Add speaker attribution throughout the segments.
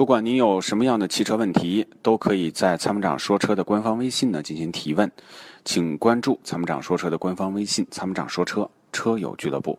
Speaker 1: 不管您有什么样的汽车问题，都可以在参谋长说车的官方微信呢进行提问，请关注参谋长说车的官方微信“参谋长说车车友俱乐部”。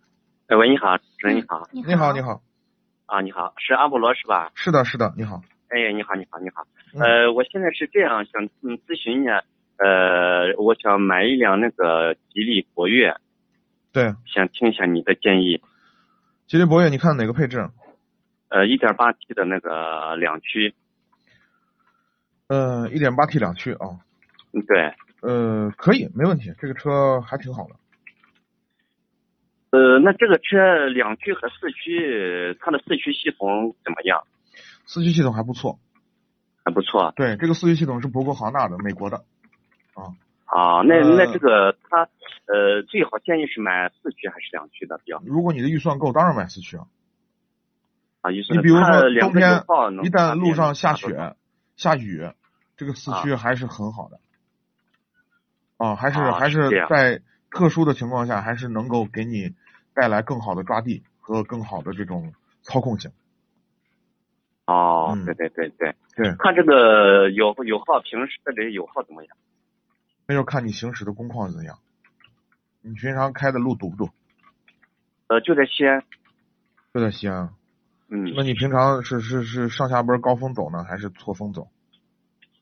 Speaker 2: 哎，喂，你好，主持人你好。
Speaker 3: 你
Speaker 4: 你好，你好，
Speaker 2: 啊，你好，是阿波罗是吧？
Speaker 4: 是的，是的，你好，
Speaker 2: 哎，你好，你好，你好。
Speaker 4: 嗯
Speaker 2: 呃，我现在是这样想嗯咨询一下，呃，我想买一辆那个吉利博越，
Speaker 4: 对，
Speaker 2: 想听一下你的建议。
Speaker 4: 吉利博越，你看哪个配置？
Speaker 2: 呃，一点八 T 的那个两驱，
Speaker 4: 呃，一点八 T 两驱啊，
Speaker 2: 嗯对，
Speaker 4: 呃，可以，没问题，这个车还挺好的。
Speaker 2: 呃，那这个车两驱和四驱，它的四驱系统怎么样？
Speaker 4: 四驱系统还不错，
Speaker 2: 还不错
Speaker 4: 对，这个四驱系统是博格豪纳的，美国的。
Speaker 2: 啊。那
Speaker 4: 呃
Speaker 2: 那这个它，呃，最好建议是买四驱还是两驱的比较好
Speaker 4: 如果你的预算够，当然买四驱啊。
Speaker 2: 啊？你
Speaker 4: 你比如说冬天
Speaker 2: 一
Speaker 4: 一旦路上
Speaker 2: 啊
Speaker 4: 下雪、下雨，这个四驱还是很好的。啊，还是
Speaker 2: 啊
Speaker 4: 还
Speaker 2: 是这样
Speaker 4: 是在特殊的情况下，还是能够给你带来更好的抓地和更好的这种操控性。
Speaker 2: 哦，
Speaker 4: 嗯
Speaker 2: 对对对对
Speaker 4: 对
Speaker 2: 看这个油油耗，平时这里油耗怎么样？
Speaker 4: 那就看你行驶的工况怎样，你平常开的路堵不堵？
Speaker 2: 呃，就这些，
Speaker 4: 就在西安，啊
Speaker 2: 嗯
Speaker 4: 那，你平常是是是上下班高峰走呢，还是错峰走？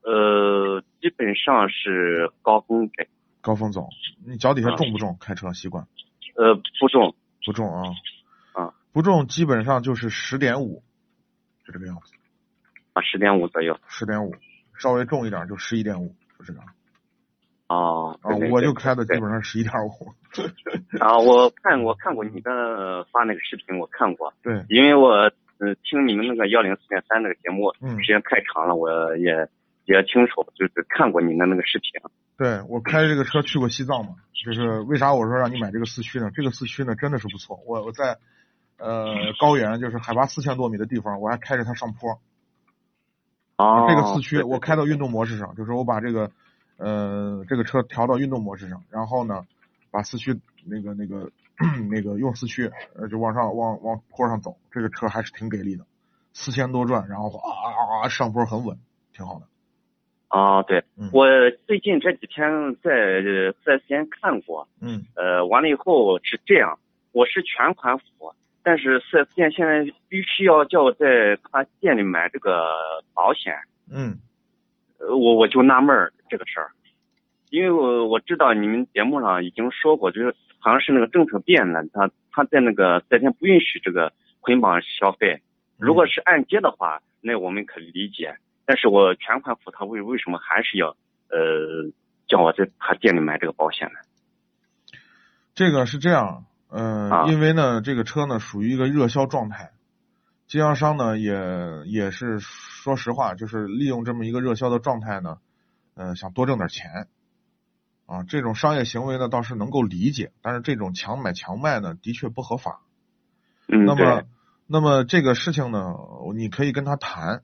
Speaker 2: 呃，基本上是高峰给，
Speaker 4: 高峰走，你脚底下重不重？开车习惯
Speaker 2: 呃，不重，
Speaker 4: 不重啊？
Speaker 2: 啊，
Speaker 4: 不重，基本上就是十点五，就这个样子，
Speaker 2: 啊，十点五左右。
Speaker 4: 十点五，稍微重一点就十一点五，就这个啊。
Speaker 2: 哦，对对对
Speaker 4: 我就开的
Speaker 2: 对
Speaker 4: 基本上十一点五，
Speaker 2: 啊，我看我看过你的呃发那个视频，我看过，
Speaker 4: 对，
Speaker 2: 因为我呃听你们那个幺零四点三那个节目
Speaker 4: 嗯
Speaker 2: 时间太长了，我也也清楚，就是看过你的那个视频。
Speaker 4: 对我开这个车去过西藏嘛，就是为啥我说让你买这个四驱呢？这个四驱呢真的是不错，我我在呃高原就是海拔四千多米的地方，我还开着它上坡，
Speaker 2: 哦，
Speaker 4: 这个四驱
Speaker 2: 对对
Speaker 4: 我开到运动模式上，就是我把这个呃这个车调到运动模式上，然后呢把四驱那个那个那个用四驱呃就往上往往坡上走，这个车还是挺给力的，四千多转，然后啊啊啊上坡很稳，挺好的。
Speaker 2: 哦，对，
Speaker 4: 嗯
Speaker 2: 我最近这几天在呃四 S 店看过，
Speaker 4: 嗯
Speaker 2: 呃，完了以后是这样，我是全款付，但是四 S 店现在必须要叫我在他店里买这个保险，
Speaker 4: 嗯，
Speaker 2: 呃，我我就纳闷儿这个事儿，因为我我知道你们节目上已经说过，就是好像是那个政策变了，他他在那个四 S 店不允许这个捆绑消费，如果是按揭的话，那我们可理解。但是我全款付，他为为什么还是要呃叫我在他店里买这个保险呢？
Speaker 4: 这个是这样，呃，
Speaker 2: 啊
Speaker 4: 因为呢，这个车呢属于一个热销状态，经销商呢也也是说实话，就是利用这么一个热销的状态呢，呃，想多挣点钱，啊，这种商业行为呢倒是能够理解，但是这种强买强卖呢，的确不合法。
Speaker 2: 嗯，
Speaker 4: 那么
Speaker 2: 对，，
Speaker 4: 那么这个事情呢，你可以跟他谈。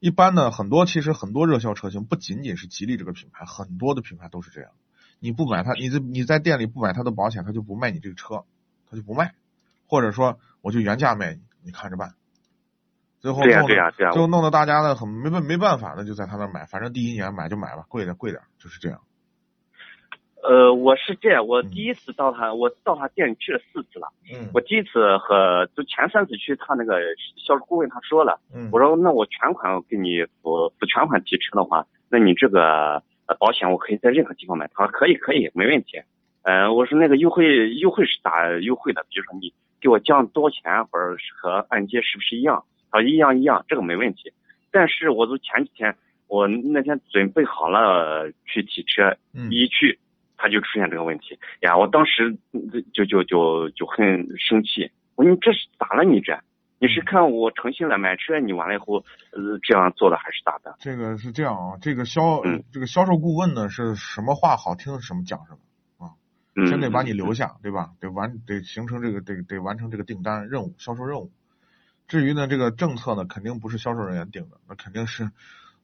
Speaker 4: 一般呢，很多其实很多热销车型不仅仅是吉利这个品牌，很多的品牌都是这样。你不买它，你在你在店里不买它的保险，他就不卖你这个车，他就不卖，或者说我就原价卖你，你看着办。最后
Speaker 2: 对呀
Speaker 4: 弄得
Speaker 2: 对呀对呀
Speaker 4: 最后弄得大家呢很没办没办法，那就在他那儿买，反正第一年买就买吧，贵点贵点，就是这样。
Speaker 2: 呃，我是这样，我
Speaker 4: 嗯
Speaker 2: 第一次到他，我到他店里去了四次了。
Speaker 4: 嗯
Speaker 2: 我第一次和就前三次去，他那个销售顾问他说了，
Speaker 4: 嗯
Speaker 2: 我说那我全款给你付付全款提车的话，那你这个呃保险我可以在任何地方买。他说可以可以，没问题。呃，我说那个优惠优惠是咋优惠的？比如说你给我降多少钱，或者是和按揭是不是一样？他说一样一样，这个没问题。但是我都前几天我那天准备好了去提车，
Speaker 4: 嗯
Speaker 2: 一去他就出现这个问题呀！我当时嗯就就就就很生气，我说你这是咋了你这？你是看我诚信了买车，你完了以后呃这样做的还是咋的？
Speaker 4: 这个是这样啊，这个销、
Speaker 2: 嗯
Speaker 4: 这个销售顾问呢是什么话好听什么讲什么。
Speaker 2: 嗯，
Speaker 4: 先得把你留下，对吧？得完得形成这个得得完成这个订单任务销售任务。至于呢，这个政策呢，肯定不是销售人员定的，那肯定是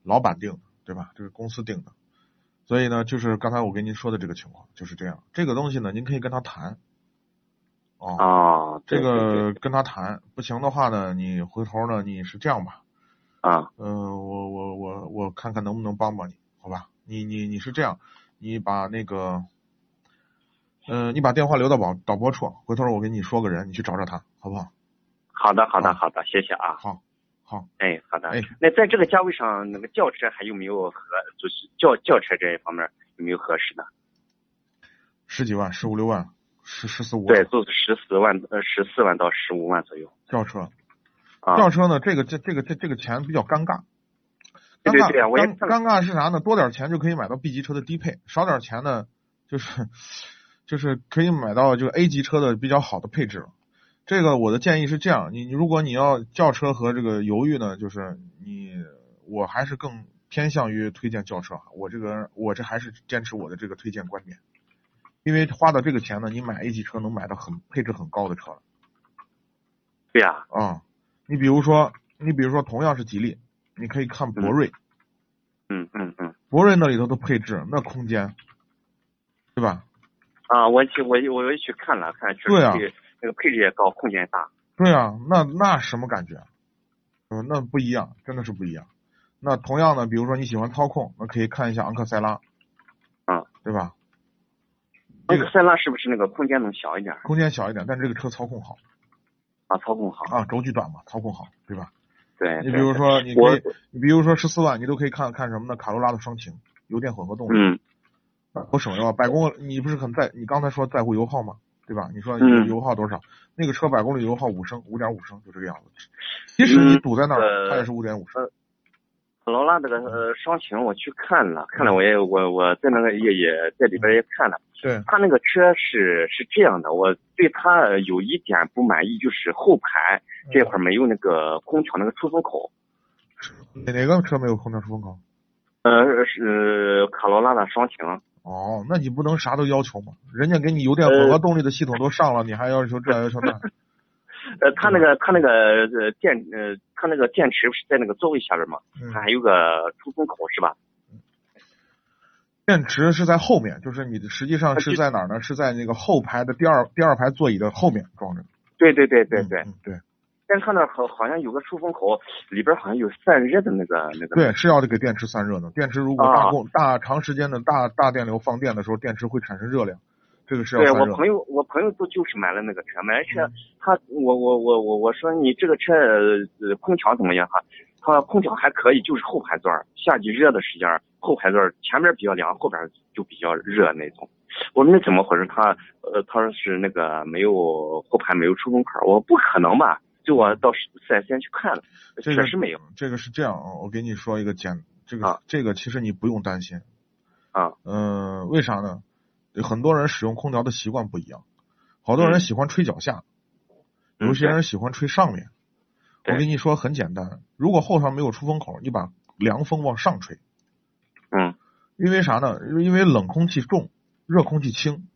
Speaker 4: 老板定的，对吧？这是公司定的。所以呢，就是刚才我跟您说的这个情况就是这样。这个东西呢，您可以跟他谈。哦，
Speaker 2: 啊，对
Speaker 4: 这
Speaker 2: 对对
Speaker 4: 个跟他谈，不行的话呢，你回头呢，你是这样吧？
Speaker 2: 啊，
Speaker 4: 呃，我我我我看看能不能帮帮你，好吧？你你你是这样，你把那个，呃，你把电话留到导导播处，回头我给你说个人，你去找找他，好不好？
Speaker 2: 好的好的
Speaker 4: 啊
Speaker 2: 好的，谢谢啊。
Speaker 4: 好，好，
Speaker 2: 哎，好的。
Speaker 4: 哎
Speaker 2: 那在这个价位上，那个轿车还有没有合，就是轿轿车这一方面有没有合适的？
Speaker 4: 十几万，十五六万，十十四五
Speaker 2: 对，
Speaker 4: 万，
Speaker 2: 就是十四万呃十四万到十五万左右
Speaker 4: 轿车，
Speaker 2: 啊。
Speaker 4: 轿车呢，这个这这个这这个钱比较尴尬，
Speaker 2: 对
Speaker 4: 尴
Speaker 2: 对
Speaker 4: 尬
Speaker 2: 对我也
Speaker 4: 尴
Speaker 2: 看了
Speaker 4: 尴尬是啥呢？多点钱就可以买到 B 级车的低配，少点钱呢，就是就是可以买到就是 A 级车的比较好的配置了。这个我的建议是这样，你你如果你要轿车和这个犹豫呢，就是你我还是更偏向于推荐轿车啊，我这个人我这还是坚持我的这个推荐观点，因为花到这个钱呢，你买 A 级车能买到很配置很高的车了。
Speaker 2: 对呀、
Speaker 4: 啊、你比如说，你比如说同样是吉利，你可以看博瑞，
Speaker 2: 嗯嗯嗯。
Speaker 4: 博瑞那里头的配置，那空间，对吧？
Speaker 2: 啊，我去我我我也去看了看，确
Speaker 4: 对啊
Speaker 2: 实配那个配置也高，空间也大。
Speaker 4: 对啊，那那什么感觉？嗯，那不一样，真的是不一样。那同样的，比如说你喜欢操控，那可以看一下昂克赛拉，
Speaker 2: 嗯，
Speaker 4: 对吧？
Speaker 2: 那
Speaker 4: 这
Speaker 2: 个
Speaker 4: 个
Speaker 2: 塞纳是不是那个空间能小一点儿
Speaker 4: 空间小一点，但是这个车操控好
Speaker 2: 啊？操控好。
Speaker 4: 啊，轴距短嘛，操控好，对吧？
Speaker 2: 对。
Speaker 4: 你比
Speaker 2: 对
Speaker 4: 如
Speaker 2: 对
Speaker 4: 说，你
Speaker 2: 我
Speaker 4: 可以，你比如说十四万，你都可以看看什么呢？卡罗拉的双擎，油电混合动力，
Speaker 2: 嗯
Speaker 4: 我省油啊，百公里你不是很在你刚才说在乎油耗吗？对吧？你说
Speaker 2: 嗯
Speaker 4: 油耗多少？那个车百公里油耗五升，五点五升就这个样子。即使你堵在那儿，
Speaker 2: 嗯
Speaker 4: 它也是五点五升。
Speaker 2: 劳拉那个呃双擎我去看了，看了我也我我在那个也也在里边也看了。
Speaker 4: 对，
Speaker 2: 他那个车是是这样的，我对他呃有一点不满意，就是后排
Speaker 4: 嗯
Speaker 2: 这块儿没有那个空调那个出风口。
Speaker 4: 哪哪个车没有空调出风口？
Speaker 2: 呃，是卡罗拉的双擎，
Speaker 4: 哦，那你不能啥都要求嘛？人家给你油电混合动力的系统都上了，你还要求这要 求那？
Speaker 2: 呃，他那
Speaker 4: 嗯
Speaker 2: 个他那个呃电呃他那个电池不是在那个座位下边嘛，
Speaker 4: 嗯
Speaker 2: 它还有个出风口是吧？
Speaker 4: 电池是在后面，就是你实际上是在哪儿呢？是在那个后排的第二第二排座椅的后面装着。
Speaker 2: 对对对对对，
Speaker 4: 嗯嗯对
Speaker 2: 但是它那好好像有个出风口，里边好像有散热的那个那个。
Speaker 4: 对，是要给电池散热的。电池如果
Speaker 2: 啊
Speaker 4: 大供、大长时间的大大电流放电的时候，电池会产生热量，这个是要
Speaker 2: 对
Speaker 4: 散
Speaker 2: 我
Speaker 4: 热的。
Speaker 2: 朋友，我朋友都就是买了那个车，买了车
Speaker 4: 嗯，
Speaker 2: 他我我我我我说你这个车呃空调怎么样哈？他说空调还可以，就是后排座儿，夏季热的时间儿，后排座儿前边比较凉，后边就比较热那种。我说那怎么回事？他呃他说是那个没有后排没有出风口儿，我说不可能吧？就我到四 S 店去看了，
Speaker 4: 这
Speaker 2: 确
Speaker 4: 个
Speaker 2: 实没有。
Speaker 4: 这个是这样啊，我给你说一个简，这个、
Speaker 2: 啊
Speaker 4: 这个其实你不用担心。
Speaker 2: 啊。
Speaker 4: 嗯、为啥呢？很多人使用空调的习惯不一样，好多
Speaker 2: 嗯
Speaker 4: 人喜欢吹脚下，
Speaker 2: 嗯
Speaker 4: 有些人喜欢吹上面。
Speaker 2: 对
Speaker 4: 我跟你说很简单，如果后头没有出风口，你把凉风往上吹，
Speaker 2: 嗯
Speaker 4: 因为啥呢？因为冷空气重，热空气轻，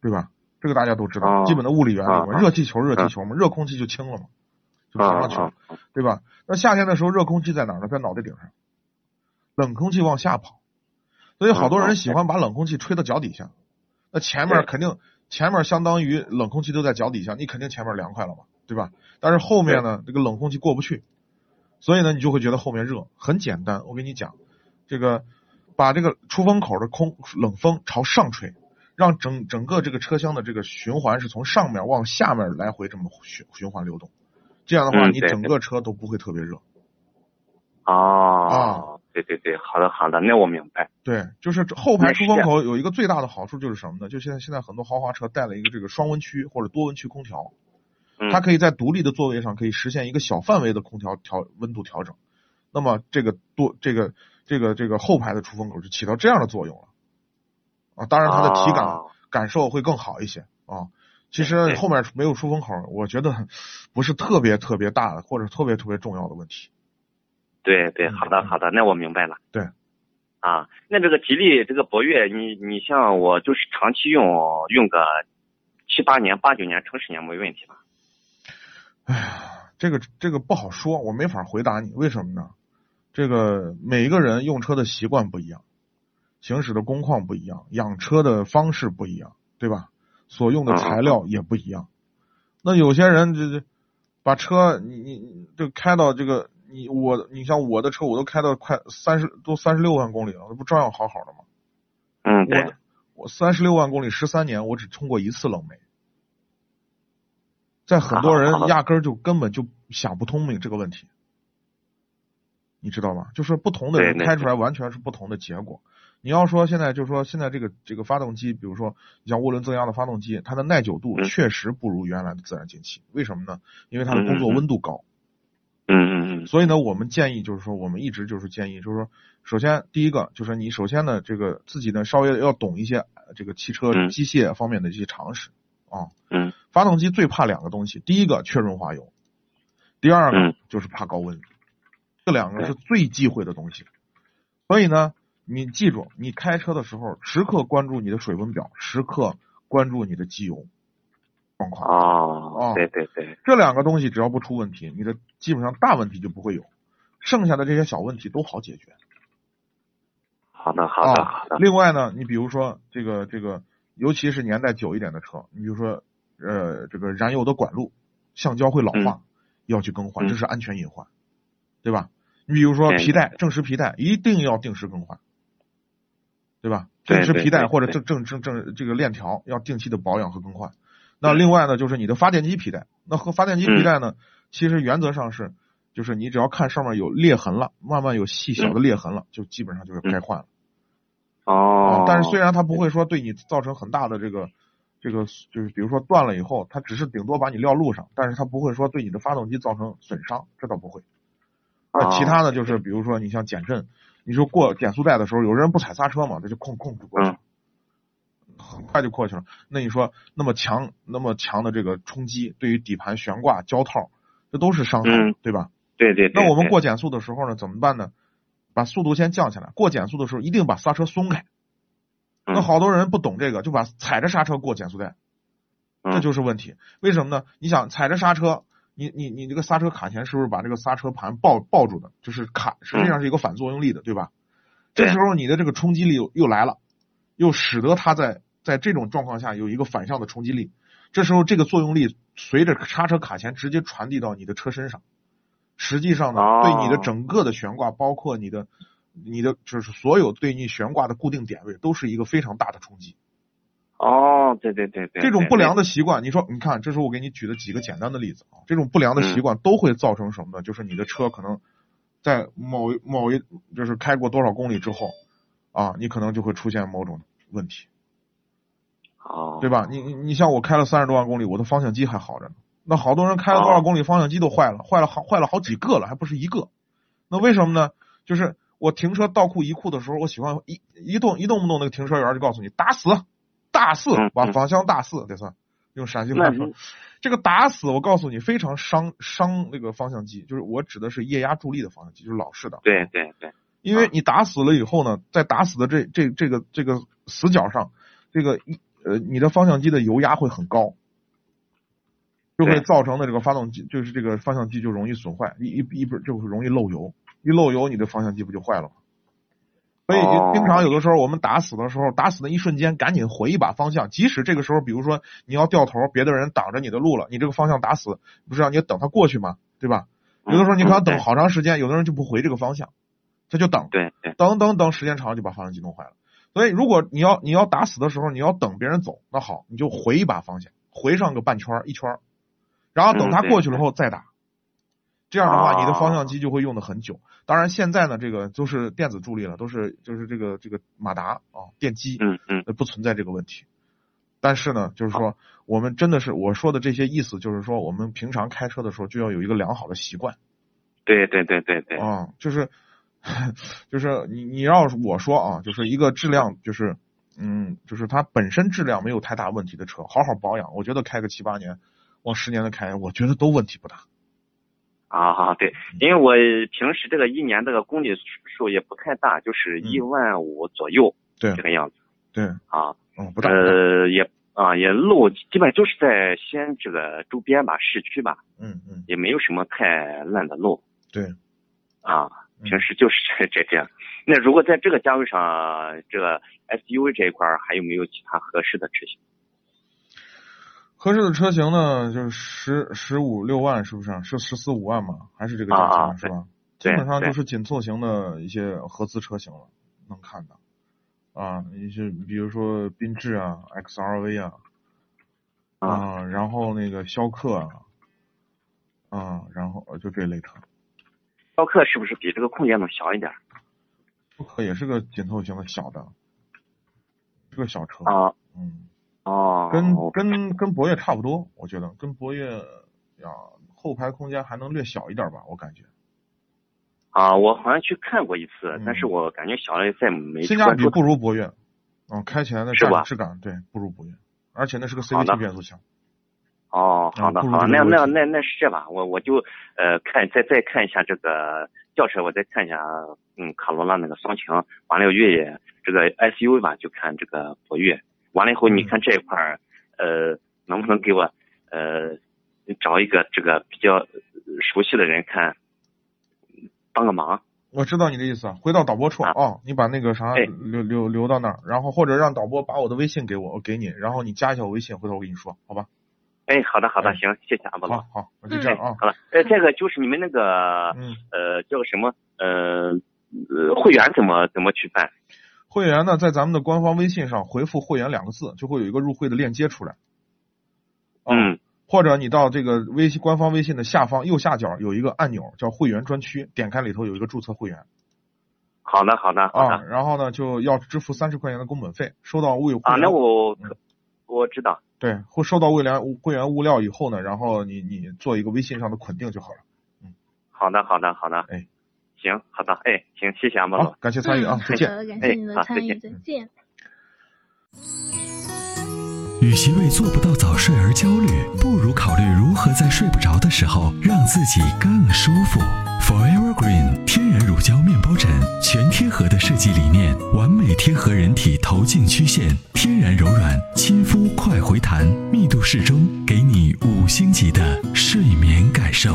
Speaker 4: 对吧？这个大家都知道，
Speaker 2: 啊
Speaker 4: 基本的物理原理嘛。
Speaker 2: 啊啊
Speaker 4: 热气球，热气球嘛，热空气就轻了嘛，就
Speaker 2: 啊
Speaker 4: 上了
Speaker 2: 啊
Speaker 4: 去，
Speaker 2: 啊
Speaker 4: 对吧？那夏天的时候，热空气在哪儿呢？在脑袋顶上，冷空气往下跑，所以好多
Speaker 2: 啊啊
Speaker 4: 人喜欢把冷空气吹到脚底下。那前面
Speaker 2: 对
Speaker 4: 肯定，前面相当于冷空气都在脚底下，你肯定前面凉快了嘛，对吧？但是后面呢，这个冷空气过不去，所以呢，你就会觉得后面热。很简单，我跟你讲，这个把这个出风口的空冷风朝上吹，让整整个这个车厢的这个循环是从上面往下面来回这么循循环流动。这样的话，
Speaker 2: 嗯
Speaker 4: 你
Speaker 2: 对
Speaker 4: 整个车都不会特别热。啊
Speaker 2: 哦，对对对，好的好的，那我明白。
Speaker 4: 对，就是后排
Speaker 2: 那是
Speaker 4: 出风口有一个最大的好处就是什么呢？就现在现在很多豪华车带了一个这个双温区或者多温区空调，
Speaker 2: 嗯
Speaker 4: 它可以在独立的座位上可以实现一个小范围的空调调温度调整。那么这个多这个这个这个后排的出风口就起到这样的作用了啊，当然它的体感
Speaker 2: 哦
Speaker 4: 感受会更好一些啊。其实后面没有出风口，我觉得不是特别特别大的，或者特别特别重要的问题。
Speaker 2: 对对，
Speaker 4: 嗯
Speaker 2: 好的
Speaker 4: 嗯
Speaker 2: 好的，那我明白了。
Speaker 4: 对。
Speaker 2: 啊，那这个吉利这个博越，你你像我就是长期用，用个七八年、八九年、成十年没问题吧？
Speaker 4: 哎呀，这个这个不好说，我没法回答你，为什么呢？这个每一个人用车的习惯不一样，行驶的工况不一样，养车的方式不一样，对吧？所用的材料也不一样。那有些人这这把车你你你这开到这个你我你像我的车我都开到快三十都三十六万公里了，那不照样好好的吗？
Speaker 2: 嗯，对，
Speaker 4: 我我三十六万公里十三年，我只冲过一次冷媒，在很多
Speaker 2: 好
Speaker 4: 人
Speaker 2: 的
Speaker 4: 压根儿就根本就想不通明这个问题，你知道吗？就是不同的人
Speaker 2: 对对
Speaker 4: 开出来完全是不同的结果。你要说现在就说现在这个这个发动机，比如说你像涡轮增压的发动机，它的耐久度
Speaker 2: 嗯
Speaker 4: 确实不如原来的自然进气，为什么呢？因为它的工作
Speaker 2: 嗯嗯嗯
Speaker 4: 温度高。
Speaker 2: 嗯嗯嗯，
Speaker 4: 所以呢，我们建议就是说，我们一直就是建议，就是说，首先第一个就是你首先呢，这个自己呢稍微要懂一些呃这个汽车
Speaker 2: 嗯
Speaker 4: 机械方面的这些常识啊。
Speaker 2: 嗯。
Speaker 4: 发动机最怕两个东西，第一个缺润滑油，第二个
Speaker 2: 嗯
Speaker 4: 就是怕高温，这两个是最忌讳的东西。所以呢，你记住，你开车的时候时刻关注你的水温表，时刻关注你的机油状况。
Speaker 2: 哦
Speaker 4: 哦，
Speaker 2: 对对对，
Speaker 4: 这两个东西只要不出问题，你的基本上大问题就不会有，剩下的这些小问题都好解决。
Speaker 2: 好的好的
Speaker 4: 啊
Speaker 2: 好的，
Speaker 4: 另外呢，你比如说这个这个，尤其是年代久一点的车，你比如说呃这个燃油的管路橡胶会老化，要去更换，
Speaker 2: 嗯
Speaker 4: 这是安全隐患，对吧？你比如说
Speaker 2: 对
Speaker 4: 皮带，正时皮带一定要定时更换，对吧？
Speaker 2: 对
Speaker 4: 正时
Speaker 2: 对
Speaker 4: 皮带
Speaker 2: 对
Speaker 4: 或者
Speaker 2: 对嗯
Speaker 4: 正正正正这个链条要定期的保养和更换。那另外呢，就是你的发电机皮带，那和发电机皮带
Speaker 2: 嗯
Speaker 4: 呢，其实原则上是，就是你只要看上面有裂痕了，慢慢有细
Speaker 2: 嗯
Speaker 4: 小的裂痕了，就基本上就是该换了。
Speaker 2: 哦
Speaker 4: 啊，，但是虽然它不会说对你造成很大的这个这个，就是比如说断了以后，它只是顶多把你撂路上，但是它不会说对你的发动机造成损伤，这倒不会。那
Speaker 2: 哦
Speaker 4: 其他的就是比如说你像减震，你说过减速带的时候，有人不踩刹车嘛，他就控控制过
Speaker 2: 嗯
Speaker 4: 去了，很快就过去了。那你说那么强那么强的这个冲击，对于底盘悬挂、胶套，这都是伤害，
Speaker 2: 嗯
Speaker 4: 对吧？
Speaker 2: 对对对，
Speaker 4: 那我们
Speaker 2: 对
Speaker 4: 过减速的时候呢，怎么办呢？把速度先降下来，过减速的时候一定把刹车松开。那，好多人不懂这个，就把踩着刹车过减速带，
Speaker 2: 嗯
Speaker 4: 这就是问题。为什么呢？你想踩着刹车，你你你这个刹车卡钳是不是把这个刹车盘抱抱住的？就是卡，实际上是一个反作用力的，对吧？
Speaker 2: 对
Speaker 4: 这时候你的这个冲击力又又来了，又使得它在在这种状况下有一个反向的冲击力。这时候这个作用力随着刹车卡钳直接传递到你的车身上，实际上呢，
Speaker 2: 哦
Speaker 4: 对你的整个的悬挂，包括你的你的就是所有对你悬挂的固定点位，都是一个非常大的冲击。
Speaker 2: 哦，对对对对，
Speaker 4: 这种
Speaker 2: 对
Speaker 4: 不良的习惯，你说，你看，这是我给你举的几个简单的例子啊。这种不良的
Speaker 2: 嗯
Speaker 4: 习惯都会造成什么呢？就是你的车可能在某一某一，就是开过多少公里之后啊，你可能就会出现某种问题，
Speaker 2: 哦，
Speaker 4: 对吧？你你你像我开了三十多万公里，我的方向机还好着呢。那好多人开了
Speaker 2: 哦
Speaker 4: 多少公里，方向机都坏了，坏了好坏了好几个了，还不是一个。那为什么呢？就是我停车倒库移库的时候，我喜欢一一动一动不动那个停车员就告诉你打死大四
Speaker 2: 嗯，
Speaker 4: 把
Speaker 2: 嗯
Speaker 4: 方向大四得算，用陕西
Speaker 2: 那
Speaker 4: 话说
Speaker 2: 你，
Speaker 4: 这个打死我告诉你非常伤伤那个方向机，就是我指的是液压助力的方向机，就是老式的。
Speaker 2: 对对对，
Speaker 4: 因
Speaker 2: 啊
Speaker 4: 为你打死了以后呢，在打死的这这这个这个死角上，这个一呃你的方向机的油压会很高，就会
Speaker 2: 对
Speaker 4: 造成的这个发动机就是这个方向机就容易损坏，一一一不就容易漏油，一漏油你的方向机不就坏了吗？所以
Speaker 2: 哦
Speaker 4: 经常有的时候我们打死的时候，打死的一瞬间赶紧回一把方向，即使这个时候比如说你要掉头，别的人挡着你的路了，你这个方向打死，不是让你等他过去吗？对吧？有的时候你可能等
Speaker 2: 嗯，
Speaker 4: 好长时间，有的人就不回这个方向，他就等
Speaker 2: 对对对，
Speaker 4: 等等等，时间长了就把方向机弄坏了。所以如果你要你要打死的时候，你要等别人走，那好，你就回一把方向，回上个半圈儿一圈儿，然后等他
Speaker 2: 嗯对
Speaker 4: 过去了后再打。这样的话，
Speaker 2: 哦
Speaker 4: 你的方向机就会用的很久。当然，现在呢，这个都是电子助力了，都是就是这个这个马达啊，电机，
Speaker 2: 嗯嗯，
Speaker 4: 呃，不存在这个问题。但是呢，就是说，我们真的是我说的这些意思，就是说，我们平常开车的时候就要有一个良好的习惯。
Speaker 2: 对对对对对，
Speaker 4: 啊，就是就是你你要是我说啊，就是一个质量就是嗯，就是它本身质量没有太大问题的车，好好保养，我觉得开个七八年，往十年的开，我觉得都问题不大。
Speaker 2: 啊，对，
Speaker 4: 嗯
Speaker 2: 因为我平时这个一年这个公里数也不太大，就是一万五左右
Speaker 4: 嗯对
Speaker 2: 这个样子
Speaker 4: 对，
Speaker 2: 啊。
Speaker 4: 嗯，不大。不大
Speaker 2: 呃，也啊也路基本就是在西安这个周边吧，市区吧，
Speaker 4: 嗯嗯，
Speaker 2: 也没有什么太烂的路
Speaker 4: 对，
Speaker 2: 啊。
Speaker 4: 嗯
Speaker 2: 平时就是这这这样。 那如果在这个价位上，这个 SUV 这一块儿还有没有其他合适的车型？
Speaker 4: 合适的车型呢，就是十十五六万，是不是啊？是十四五万嘛？还是这个价钱、
Speaker 2: 啊啊
Speaker 4: 是吧？基
Speaker 2: 对
Speaker 4: 本上
Speaker 2: 对
Speaker 4: 就是紧凑型的一些合资车型了，能看到啊，一些比如说缤智啊、XRV 啊，
Speaker 2: 啊
Speaker 4: 啊，然后那个逍客啊，啊，然后就这类车，
Speaker 2: 逍客是不是比这个空间能小一点儿？
Speaker 4: 逍客也是个紧凑型的小的，是个小车，
Speaker 2: 啊
Speaker 4: 嗯，
Speaker 2: 哦，
Speaker 4: 跟
Speaker 2: 我
Speaker 4: 跟跟博越差不多，我觉得跟博越呀后排空间还能略小一点吧，我感觉。
Speaker 2: 啊，我好像去看过一次，
Speaker 4: 嗯
Speaker 2: 但是我感觉小了再没去
Speaker 4: 性价
Speaker 2: 关
Speaker 4: 比
Speaker 2: 注它。
Speaker 4: 不如博越，嗯、开起来的
Speaker 2: 是
Speaker 4: 驾驶
Speaker 2: 吧
Speaker 4: 质感对不如博越，而且那是个
Speaker 2: 好的
Speaker 4: CVT 变速箱。
Speaker 2: 哦，好的
Speaker 4: 啊不如
Speaker 2: 好的，那
Speaker 4: 这个
Speaker 2: 那
Speaker 4: 位置
Speaker 2: 那那是这吧，我我就呃看再再看一下这个轿车，我再看一下嗯卡罗拉那个双擎，完了越野这个 SUV 吧，就看这个博越。完了以后，
Speaker 4: 嗯
Speaker 2: 你看这一块儿、呃能不能给我呃找一个这个比较呃熟悉的人看帮个忙？
Speaker 4: 我知道你的意思啊，回到导播处啊、
Speaker 2: 啊
Speaker 4: 哦，你把那个啥
Speaker 2: 哎
Speaker 4: 留留留到那儿，然后或者让导播把我的微信给我，我给你，然后你加一下我微信，回头我跟你说，好吧？
Speaker 2: 哎，好的好的，
Speaker 4: 哎
Speaker 2: 行，谢谢阿波罗
Speaker 4: 好。好，那就这样啊，
Speaker 2: 好了，呃，这个就是你们那个
Speaker 4: 嗯，
Speaker 2: 呃叫什么呃呃会员怎么怎么去办？
Speaker 4: 会员呢，在咱们的官方微信上回复“会员”两个字，就会有一个入会的链接出来。啊、
Speaker 2: 嗯，
Speaker 4: 或者你到这个微信官方微信的下方右下角有一个按钮叫会员专区，点开里头有一个注册会员。
Speaker 2: 好的好的好
Speaker 4: 啊，
Speaker 2: 的
Speaker 4: 然后呢就要支付三十块钱的工本费，收到物有
Speaker 2: 啊，
Speaker 4: 会
Speaker 2: 那
Speaker 4: 员
Speaker 2: 我可我知道
Speaker 4: 对，会收到会员物会员物料以后呢，然后你你做一个微信上的捆定就好了。
Speaker 2: 好的好的好的，
Speaker 4: 哎，
Speaker 2: 行好的哎行，谢谢阿波
Speaker 4: 好
Speaker 2: 罗，，
Speaker 4: 感谢参与啊
Speaker 3: 嗯，
Speaker 4: 再见。
Speaker 3: 好的，感谢你
Speaker 2: 哎好
Speaker 3: 的
Speaker 2: 再
Speaker 3: 参与，
Speaker 2: 见
Speaker 3: 再见。
Speaker 5: 与其为做不到早睡而焦虑，不如考虑如何在睡不着的时候让自己更舒服。Forever Green 天然乳胶面包枕，全贴合的设计理念，完美贴合人体头颈曲线，天然柔软，亲肤快回弹，密度适中，给你五星级的睡眠感受。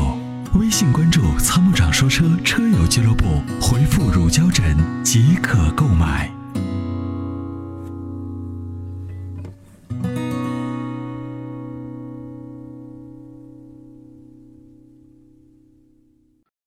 Speaker 5: 微信关注“参谋长说车”车友俱乐部，回复“乳胶枕”即可购买。